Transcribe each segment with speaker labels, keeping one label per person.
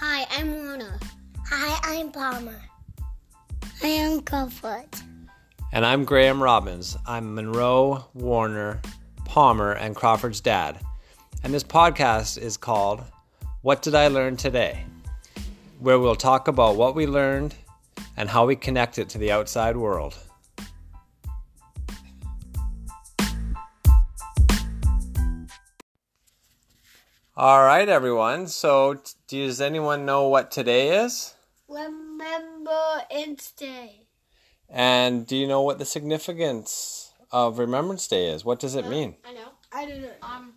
Speaker 1: I'm Luna.
Speaker 2: Hi, I'm Palmer.
Speaker 3: I am Comfort.
Speaker 4: And I'm Graham Robbins. I'm Monroe, Warner, Palmer, and Crawford's dad. And this podcast is called What Did I Learn Today? where we'll talk about what we learned and how we connect it to the outside world. All right, everyone. So, t- does anyone know what today is?
Speaker 2: Remembrance Day.
Speaker 4: And do you know what the significance of Remembrance Day is? What does it mean?
Speaker 1: I know.
Speaker 2: I don't know.
Speaker 1: Um.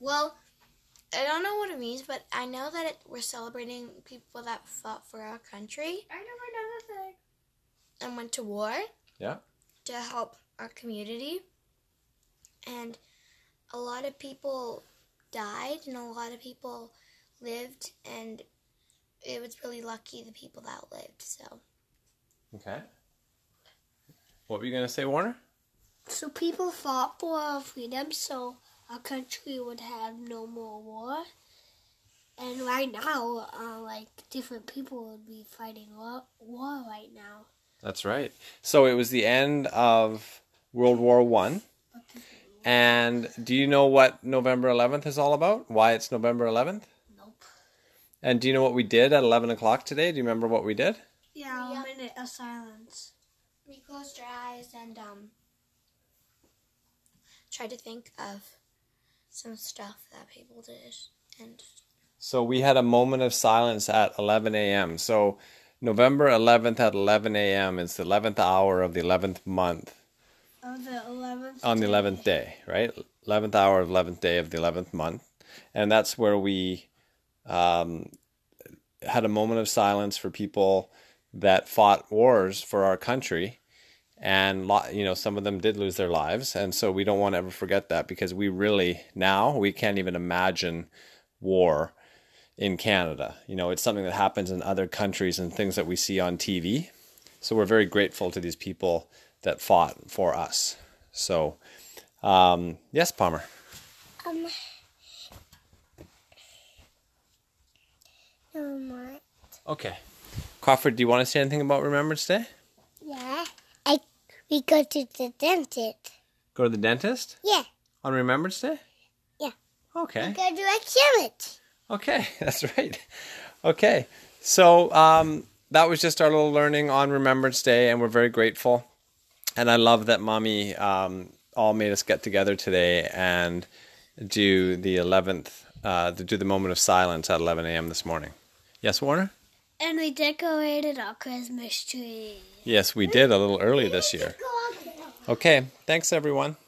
Speaker 1: Well, I don't know what it means, but I know that it, we're celebrating people that fought for our country
Speaker 2: I never know
Speaker 1: and went to war
Speaker 4: Yeah.
Speaker 1: to help our community. And a lot of people died, and a lot of people lived, and it was really lucky the people that lived. So
Speaker 4: Okay. What were you going to say, Warner?
Speaker 2: So people fought for our freedom so our country would have no more war. And right now, uh, like different people would be fighting war, war right now.
Speaker 4: That's right. So it was the end of World War One. And do you know what November 11th is all about? Why it's November 11th?
Speaker 2: Nope.
Speaker 4: And do you know what we did at 11 o'clock today? Do you remember what we did?
Speaker 2: Yeah,
Speaker 1: Yeah.
Speaker 2: a minute of silence.
Speaker 1: we closed our eyes and um tried to think of some stuff that people did, and
Speaker 4: So we had a moment of silence at 11 a.m. So November 11th at 11 a.m. It's the 11th hour of the 11th month
Speaker 2: On the 11th.
Speaker 4: on the 11th day, right? 11th hour of 11th day of the 11th month. And that's where we um, had a moment of silence for people that fought wars for our country. And, lo- you know, some of them did lose their lives. And so we don't want to ever forget that because we really, now, we can't even imagine war in Canada. You know, it's something that happens in other countries and things that we see on TV. So we're very grateful to these people that fought for us. So, um, yes, Palmer.
Speaker 3: Um. Never mind.
Speaker 4: Okay. Crawford, do you want to say anything about Remembrance Day?
Speaker 3: Yeah. I we go to the dentist.
Speaker 4: Go to the dentist
Speaker 3: Yeah.
Speaker 4: on Remembrance Day?
Speaker 3: Yeah.
Speaker 4: Okay.
Speaker 3: Go to a summit.
Speaker 4: Okay, that's right. Okay. So, um, that was just our little learning on Remembrance Day, and we're very grateful. And I love that mommy um, all made us get together today and do the 11th, uh, to do the moment of silence at 11 a.m. this morning. Yes, Warner?
Speaker 2: And we decorated our Christmas tree.
Speaker 4: Yes, we did a little early this year. Okay, thanks everyone.
Speaker 3: Oh,